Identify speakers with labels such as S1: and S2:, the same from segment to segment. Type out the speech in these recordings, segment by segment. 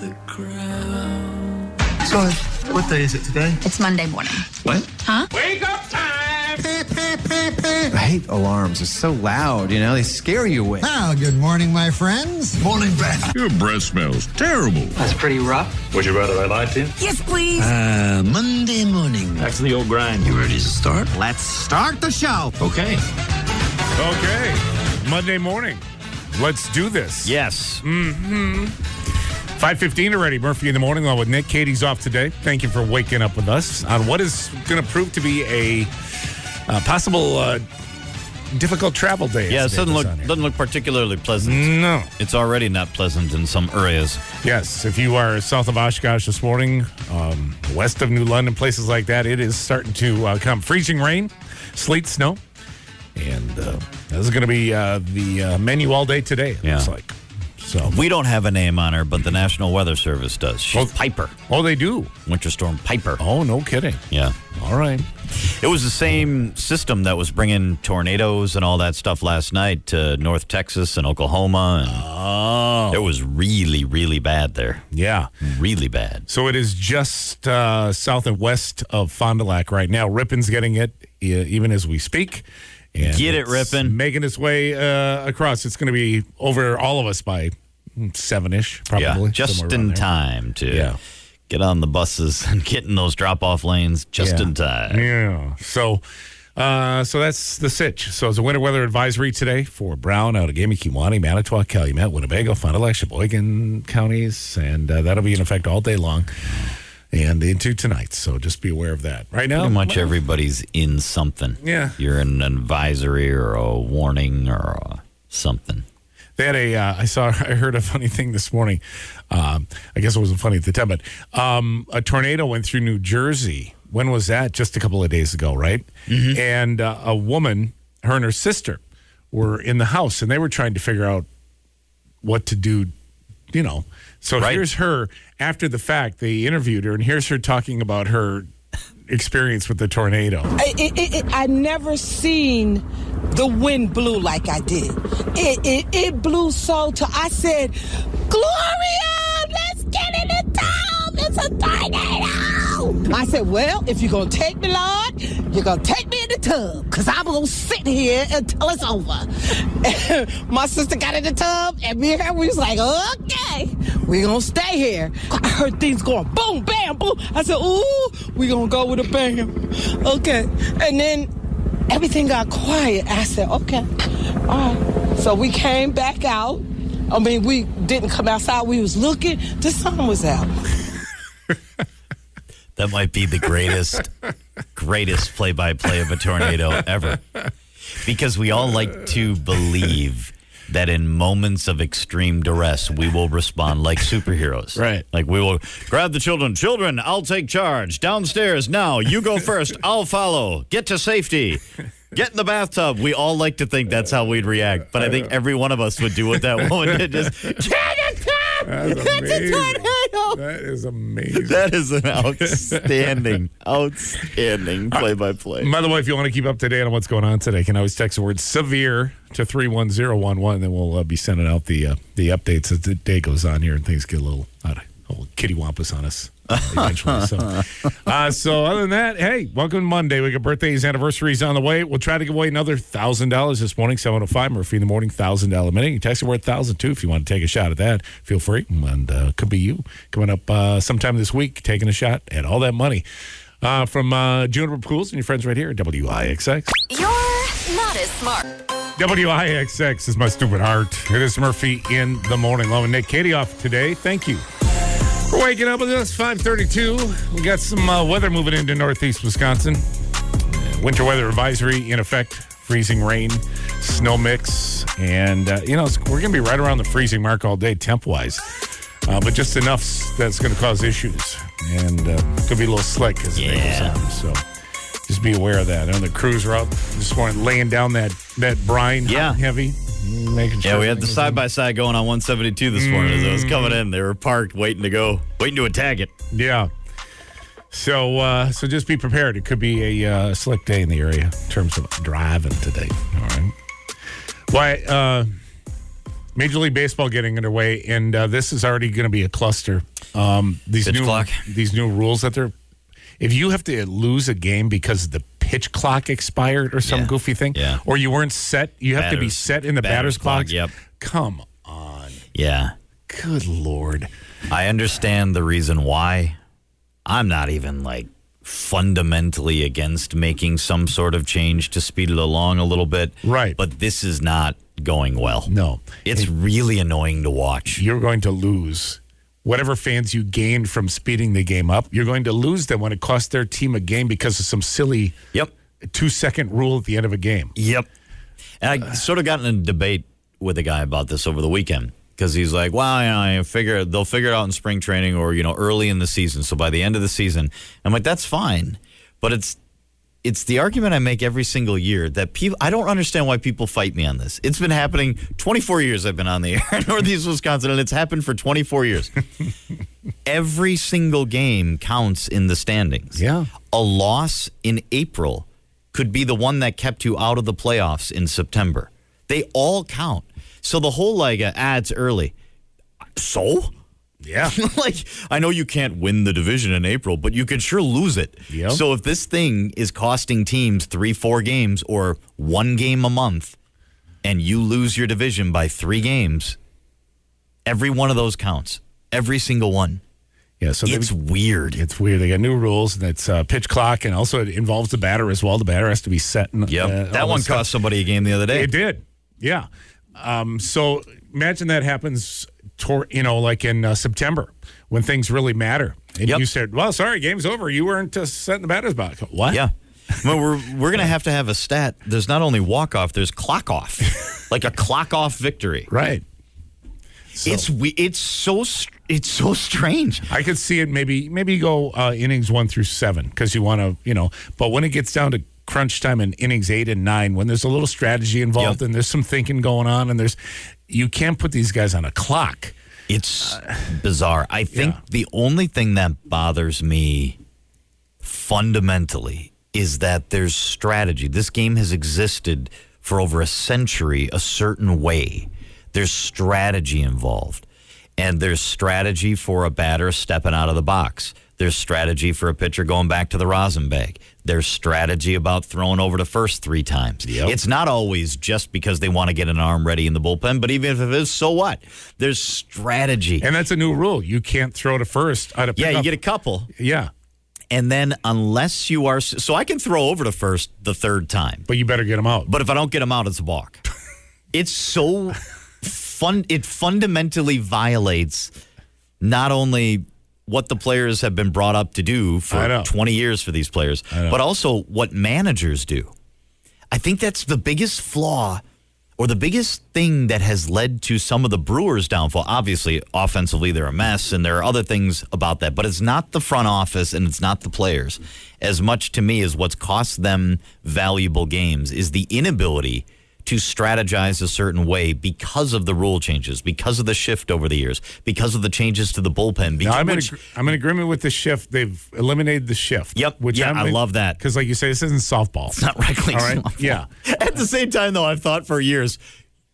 S1: the ground.
S2: Sorry, what day is it today?
S3: It's Monday morning.
S4: What?
S1: Wake up time!
S4: I hate alarms. They're so loud, you know, they scare you awake.
S5: Well, good morning, my friends.
S2: Morning, Beth.
S6: Your breath smells terrible.
S7: That's pretty rough.
S8: Would you rather I lied to you?
S3: Yes, please.
S6: Uh, Monday morning.
S8: Back to the old grind.
S6: You ready to start?
S4: Let's start the show.
S6: Okay.
S9: Okay. Monday morning. Let's do this.
S6: Yes.
S9: 5.15 already. Murphy in the morning along with Nick. Katie's off today. Thank you for waking up with us on what is going to prove to be a uh, possible uh, difficult travel day.
S10: Yeah,
S9: as
S10: it doesn't
S9: Dave
S10: look
S9: was on here.
S10: doesn't look particularly pleasant.
S9: No.
S10: It's already not pleasant in some areas.
S9: Yes, if you are south of Oshkosh this morning, um, west of New London, places like that, it is starting to uh, come freezing rain, sleet, snow, and uh, this is going to be uh, the uh, menu all day today. It
S10: Yeah.
S9: looks like so.
S10: We don't have a name on her, but the National Weather Service does. She's
S9: Oh.
S10: Piper,
S9: Oh, they do.
S10: Winter Storm Piper.
S9: Oh, no kidding.
S10: Yeah.
S9: All right.
S10: It was the same system that was bringing tornadoes and all that stuff last night to North Texas and Oklahoma. And
S9: Oh.
S10: It was really, really bad there.
S9: Yeah.
S10: Really bad.
S9: So it is just uh, south and west of Fond du Lac right now. Rippin's getting it e- even as we speak. And
S10: Get it,
S9: it's
S10: Rippin.
S9: Making its way uh, across. It's going to be over all of us by seven ish, probably.
S10: yeah. Just
S9: somewhere around
S10: in
S9: there.
S10: time to
S9: Yeah.
S10: get on the buses and get in those drop off lanes just
S9: Yeah.
S10: in time.
S9: Yeah. So. Uh, so that's the sitch. So it's a winter weather advisory today for Brown, Outagamie, Kewanee, Manitowoc, Calumet, Winnebago, Fond du Lac, Sheboygan counties, and uh, that'll be in effect all day long and into tonight. So just be aware of that. Right now,
S10: Pretty much
S9: well,
S10: everybody's in something.
S9: Yeah.
S10: You're in an advisory or a warning or a something.
S9: They had a. Uh, I saw. I heard a funny thing this morning. Um, I guess it wasn't funny at the time, but um, a tornado went through New Jersey. When was that? Just a couple of days ago, right? And uh, a woman, her and her sister, were in the house, and they were trying to figure out what to do. You know. So
S10: Right.
S9: here's her after the fact. They interviewed her, and here's her talking about her experience with the tornado.
S11: I, it, it, it, I never seen the wind blew like I did. It, it, it blew so to I said, Gloria, let's get in the town. It's a tornado. I said, well, if you're gonna take me, Lord, you're gonna take me in the tub, cause I'm gonna sit here until it's over. My sister got in the tub, and me and her we was like, okay, we gonna stay here. I heard things going boom, bam, boom. I said, ooh, we gonna go with a bam. Okay. And then everything got quiet. I said, okay. All right. So we came back out. I mean, we didn't come outside. We was looking. The sun was out.
S10: That might be the greatest, greatest play by play of a tornado ever. Because we all like to believe that in moments of extreme duress, we will respond like superheroes.
S9: Right.
S10: Like we will grab the children. Children, I'll take charge. Downstairs now. You go first. I'll follow. Get to safety. Get in the bathtub. We all like to think that's how we'd react, but I think every one of us would do what that woman did. Just
S9: That's amazing. That is amazing.
S10: That is an outstanding, outstanding play by play.
S9: By the way, if you want to keep up to date on what's going on today, you can always text the word severe to 31011. Then we'll uh, be sending out the uh, the updates as the day goes on here and things get a little out of little kitty wampus on us eventually. so, uh, so, other than that, hey, welcome to Monday. We got birthdays, anniversaries on the way. We'll try to give away another $1,000 this morning, 705 Murphy in the morning, $1,000 minute. You text the word 1000 too if you want to take a shot at that. Feel free. And uh, could be you coming up uh, sometime this week taking a shot at all that money uh, from uh, Juniper Pools and your friends right here at WIXX.
S3: You're not as smart.
S9: WIXX is my stupid heart. It is Murphy in the morning. Love and Nick Katie off today. Thank you for waking up with us. 532. We got some uh, weather moving into northeast Wisconsin. Uh, Winter weather advisory in effect. Freezing rain, snow mix, and uh, you know it's, we're going to be right around the freezing mark all day temp wise, uh, but just enough s- that's going to cause issues and uh, could be a little slick as the day goes
S10: Yeah.
S9: on. So just be aware of that. I know the crews are out this morning laying down that that brine, hot
S10: Yeah.
S9: and heavy, making sure.
S10: Yeah, we had the
S9: everything is-
S10: side by side going on 172 this morning as I was coming in. They were parked, waiting to go, waiting to attack it.
S9: Yeah. So uh, so just be prepared. It could be a uh, slick day in the area in terms of driving today. All right. Why? Uh, Major League Baseball getting underway, and uh, this is already going to be a cluster. Um, these
S7: Pitch
S9: new
S7: clock.
S9: these new rules that they're if you have to lose a game because the pitch clock expired or some
S7: Yeah.
S9: goofy thing,
S10: Yeah.
S9: or you weren't set, you have to be
S10: Batters-
S9: set in the
S10: batter's
S9: batter's, clock.
S10: clock, yep.
S9: Come on,
S10: Yeah.
S9: good lord.
S10: I understand the reason why. I'm not even like fundamentally against making some sort of change to speed it along a little bit.
S9: Right.
S10: But this is not going well.
S9: No.
S10: It's really annoying to watch.
S9: you're going to lose whatever fans you gained from speeding the game up. You're going to lose them when it costs their team a game because of some silly
S10: Yep.
S9: two second rule at the end of a game.
S10: Yep. And I sort of got in a debate with a guy about this over the weekend because he's like, "Well, you know, I figure they'll figure it out in spring training or you know early in the season. So by the end of the season, I'm like, that's fine, but it's." It's the argument I make every single year that people I don't understand why people fight me on this. It's been happening 24 years I've been on the air in Northeast Wisconsin and it's happened for 24 years. every single game counts in the standings.
S9: Yeah.
S10: A loss in April could be the one that kept you out of the playoffs in September. They all count. So the whole like uh, ah, it's early. So?
S9: Yeah.
S10: like I know you can't win the division in April, but you could sure lose it.
S9: Yep.
S10: So if this thing is costing teams 3 4 games or 1 game a month and you lose your division by 3 games, every one of those counts. Every single one.
S9: Yeah. So
S10: It's weird.
S9: it's weird. They got new rules, and it's uh, pitch clock, and also it involves the batter as well. The batter has to be set. And,
S10: Yep.
S9: uh, all
S10: that one
S9: this stuff.
S10: cost somebody a game the other day.
S9: It did. Yeah. Um, so imagine that happens, tor- you know, like in uh, September when things really matter. And
S10: Yep.
S9: you said, well, sorry, game's over. You weren't uh, set in the batter's box. What?
S10: Yeah. I mean, we're we're going to have to have a stat. There's not only walk off, there's clock off. like a clock off victory.
S9: Right.
S10: It's we it's so str- it's so strange.
S9: I could see it maybe maybe you go uh, innings one through seven because you want to you know. But when it gets down to crunch time in innings eight and nine, when there's a little strategy involved
S10: Yep.
S9: and there's some thinking going on, and there's you can't put these guys on a clock.
S10: It's bizarre. I think
S9: yeah.
S10: the only thing that bothers me fundamentally is that there's strategy. This game has existed for over a century a certain way. There's strategy involved. And there's strategy for a batter stepping out of the box. There's strategy for a pitcher going back to the rosin bag. There's strategy about throwing over the first three times. It's not always just because they want to get an arm ready in the bullpen, but even if it is, so what? There's strategy.
S9: And that's a new rule. You can't throw to first out of
S10: yeah, you get a couple.
S9: yeah,
S10: And then unless you are so I can throw over to first the third time.
S9: but you better get them out.
S10: But if I don't get him out, it's a walk. it's so fun it fundamentally violates not only what the players have been brought up to do
S9: I
S10: for
S9: know.
S10: 20 years for these players, but also what managers do. I think that's the biggest flaw or the biggest thing that has led to some of the Brewers' downfall. Obviously, offensively, they're a mess, and there are other things about that, but it's not the front office and it's not the players as much to me as what's cost them valuable games is the inability to strategize a certain way because of the rule changes, because of the shift over the years, because of the changes to the bullpen.
S9: Now,
S10: Because,
S9: I'm in,
S10: which-
S9: ag- I'm in agreement with the shift. They've eliminated the shift.
S10: Yep. Yeah, I love that.
S9: because, like you say, this isn't softball.
S10: It's not right
S9: All right. Yeah.
S10: At the same time, though, I've thought for years,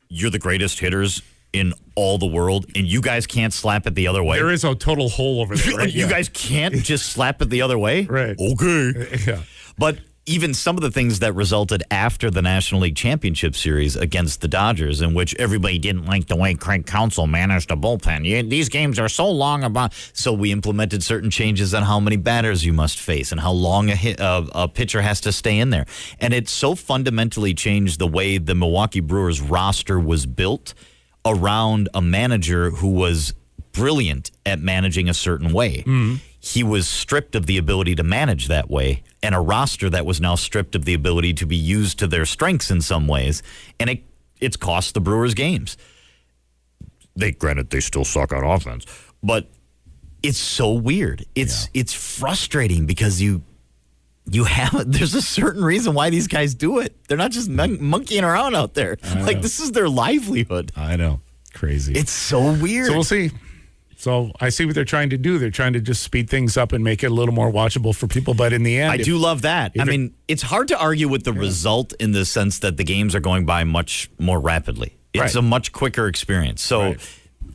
S10: you're the greatest hitters in all the world, and you guys can't slap it the other way.
S9: There is a total hole over there. Right?
S10: you
S9: Yeah.
S10: guys can't just slap it the other way.
S9: Right.
S10: Okay.
S9: Yeah.
S10: But even some of the things that resulted after the National League Championship Series against the Dodgers, in which everybody didn't like the way Craig Counsell managed the bullpen. You, these games are so long about. So we implemented certain changes on how many batters you must face and how long a, hit, uh, a pitcher has to stay in there. And it so fundamentally changed the way the Milwaukee Brewers roster was built around a manager who was brilliant at managing a certain way.
S9: Mm-hmm.
S10: He was stripped of the ability to manage that way, and a roster that was now stripped of the ability to be used to their strengths in some ways, and it it's cost the Brewers games. They granted they still suck on offense, but it's so weird. It's it's frustrating because you you have there's a certain reason why these guys do it. They're not just mon- monkeying around out there. Like this is their livelihood.
S9: I know. Crazy.
S10: It's so weird.
S9: so we'll see. So I see what they're trying to do. They're trying to just speed things up and make it a little more watchable for people. But in the end,
S10: I
S9: if-
S10: do love that. I
S9: if it-
S10: mean, it's hard to argue with the result in the sense that the games are going by much more rapidly. It's
S9: Right.
S10: a much quicker experience. So
S9: Right.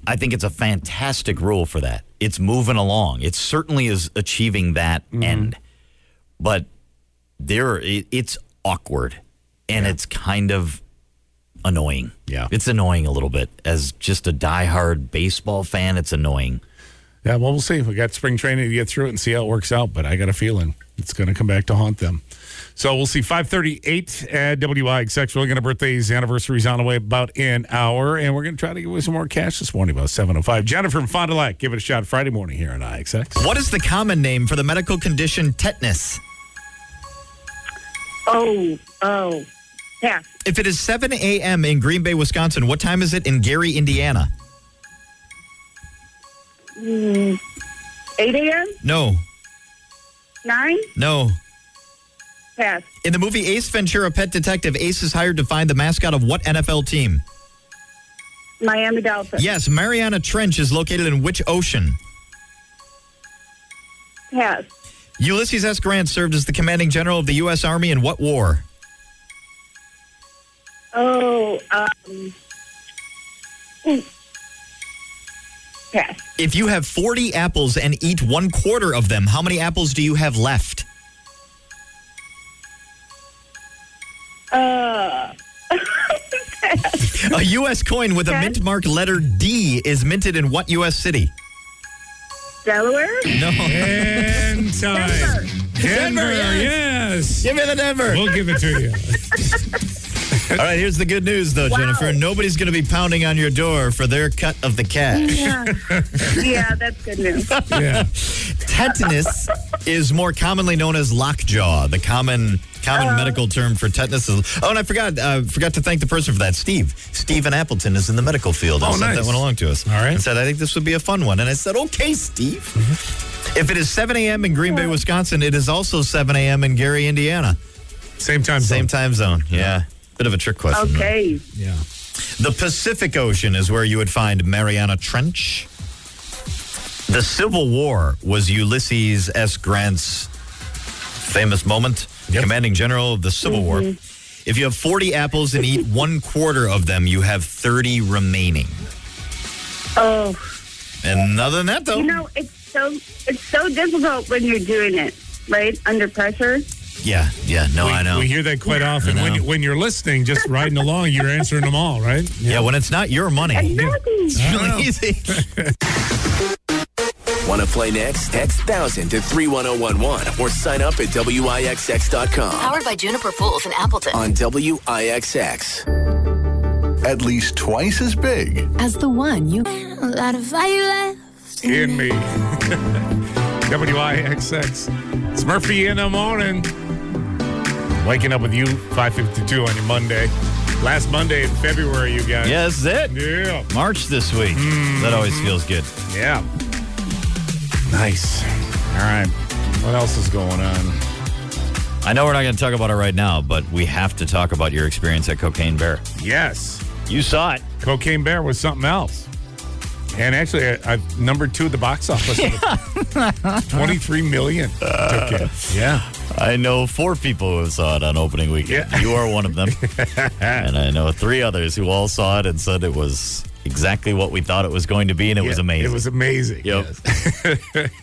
S10: I think it's a fantastic rule for that. It's moving along. It certainly is achieving that
S4: Mm-hmm.
S10: end. But there it, it's awkward and it's kind of annoying.
S9: Yeah.
S10: It's annoying a little bit. As just a diehard baseball fan, it's annoying.
S9: Yeah, well, we'll see. We got spring training to get through it and see how it works out. But I got a feeling it's going to come back to haunt them. So we'll see. 538 at WIXX. We're going to birthdays, anniversaries on the way about an hour. And we're going to try to give away some more cash this morning about 7.05. Jennifer from Fond du Lac, give it a shot Friday morning here on IXX.
S4: What is the common name for the medical condition tetanus?
S7: Oh, oh, pass.
S4: If it is 7 a.m. in Green Bay, Wisconsin, what time is it in Gary, Indiana?
S7: 8 a.m.,
S4: No,
S7: 9,
S4: no.
S7: pass.
S4: In the movie Ace Ventura Pet Detective, Ace is hired to find the mascot of what NFL team?
S7: Miami Dolphins,
S4: Yes, Mariana Trench is located in which ocean?
S7: pass.
S4: Ulysses S. Grant served as the commanding general of the U.S. Army in what war?
S7: Oh, um, mm, pass.
S4: If you have 40 apples and eat one quarter of them, how many apples do you have left?
S7: Uh,
S4: A U.S. coin with a
S7: Yes.
S4: mint mark letter D is minted in what U.S. city?
S7: Delaware,
S4: No.
S9: And time. Denver, yes.
S4: Give me the Denver.
S9: We'll give it to you.
S4: All right, here's the good news, though, Jennifer. Nobody's going to be pounding on your door for their cut of the cash.
S7: yeah, that's good news.
S9: Yeah.
S4: tetanus is more commonly known as lockjaw. The common common
S9: Uh.
S4: medical term for tetanus is. Oh, and I forgot uh, forgot to thank the person for that, Steve. Stephen Appleton is in the medical field. I
S9: Oh,
S4: sent
S9: nice.
S4: that one along to us.
S9: All right.
S4: and said I think this would be a fun one, and I said okay, Steve.
S9: Mm-hmm.
S4: If it is 7 a.m. in Green Bay, Wisconsin, it is also 7 a.m. in Gary, Indiana.
S9: Same time.
S4: Same
S9: zone.
S4: time zone. Yeah. Bit of a trick question. though.
S7: Okay,
S9: Yeah.
S4: The Pacific Ocean is where you would find Mariana Trench. The Civil War was Ulysses S. Grant's famous moment,
S9: Yep.
S4: commanding general of the Civil War. If you have 40 apples and eat one quarter of them, you have 30 remaining.
S7: oh,
S4: And other than that, though,
S7: you know, it's so, it's so difficult when you're doing it, right, under pressure.
S4: yeah, yeah, no,
S9: we,
S4: I know.
S9: we hear that quite often.
S4: I
S9: When,
S4: know.
S9: you- when you're listening, just riding along, you're answering them all, right?
S4: yeah, when it's not your money,
S7: Exactly.
S4: it's really easy.
S12: Want to play next? Text 1000 to 31011 or sign up at WIXX.com
S3: Powered by Juniper Pools in Appleton.
S12: on WIXX.
S6: At least twice as big.
S3: As the one you.
S9: in me. WIXX. It's Murphy in the morning. Waking up with you, 552 on your Monday. Last Monday in February, you guys.
S10: Yeah, that's it.
S9: Yeah.
S10: March this week. That always feels good.
S9: Yeah. Nice. All right. What else is going on?
S10: I know we're not going to talk about it right now, but we have to talk about your experience at Cocaine Bear.
S9: Yes.
S10: You saw it.
S9: Cocaine Bear was something else. And actually, I, I numbered two at the box office. 23 million took it. Yeah.
S10: I know four people who saw it on opening weekend.
S9: Yeah.
S10: You are one of them. and I know three others who all saw it and said it was exactly what we thought it was going to be, and it was
S9: Yeah,
S10: amazing.
S9: It was amazing.
S10: Yep.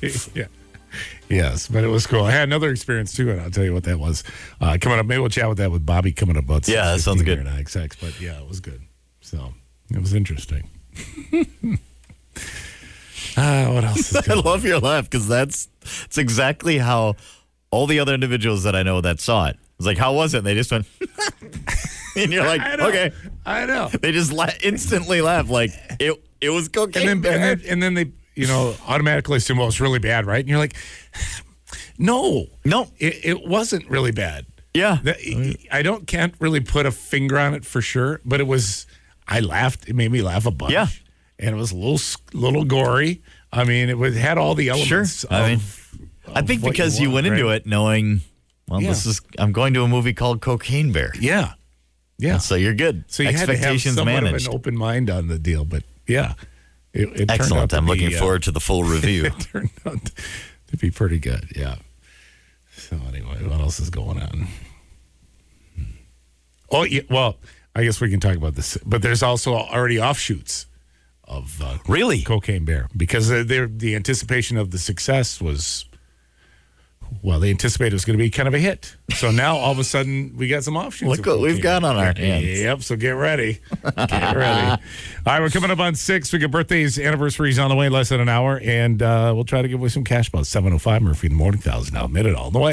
S9: Yes. yeah. Yes, but it was cool. I had another experience too, and I'll tell you what that was. Uh, coming up, maybe we'll chat with that with Bobby coming up. About
S10: Yeah, that sounds
S9: 6:15
S10: good.
S9: Here at IXX, but yeah, it was good. So it was interesting. Ah, what else? Is
S10: I
S9: going
S10: love your laugh because that's it's exactly how all the other individuals that I know that saw it. It's like, how was it? And they just went, and you're like,
S9: I know.
S10: okay.
S9: I know.
S10: They just la- instantly laugh like it. It was cocaine.
S9: And then,
S10: Bear.
S9: and then and then they you know automatically assume well it's really bad, right? And you're like, no,
S10: No.
S9: it, it wasn't really bad.
S10: yeah,
S9: That- I don't can't really put a finger on it for sure, but it was I laughed. It made me laugh a bunch.
S10: Yeah.
S9: and it was a little s- little gory. I mean, it was had all the
S10: sure.
S9: elements.
S10: I mean,
S9: of-
S10: I think
S9: what you
S10: because you,
S9: want,
S10: went into
S9: right?
S10: it knowing, well,
S9: Yeah.
S10: this is I'm going to a movie called Cocaine Bear,
S9: yeah, yeah.
S10: so you're good.
S9: So you had to have
S10: uh, Expectations
S9: somewhat
S10: managed.
S9: of an open mind on the deal, but yeah, it, it turned out
S10: Excellent.
S9: to
S10: I'm
S9: be,
S10: looking
S9: uh,
S10: forward to the full review.
S9: It turned out to be pretty good. Yeah. So anyway, what else is going on? Hmm. Oh yeah, well, I guess we can talk about this. But there's also already offshoots of uh,
S10: really
S9: Cocaine Bear because they're, they're- the anticipation of the success was well, they anticipated it was going to be kind of a hit. So now all of a sudden we got some offshoots.
S10: Look
S9: of
S10: what we've
S9: Cocaine
S10: got
S9: Bear.
S10: on our hands.
S9: Yep. So get ready. Get ready. All right, we're coming up on six. We got birthdays, anniversaries on the way, in less than an hour, and uh, we'll try to give away some cash about seven oh five Murphy in the morning, thousand dollar minute all the way.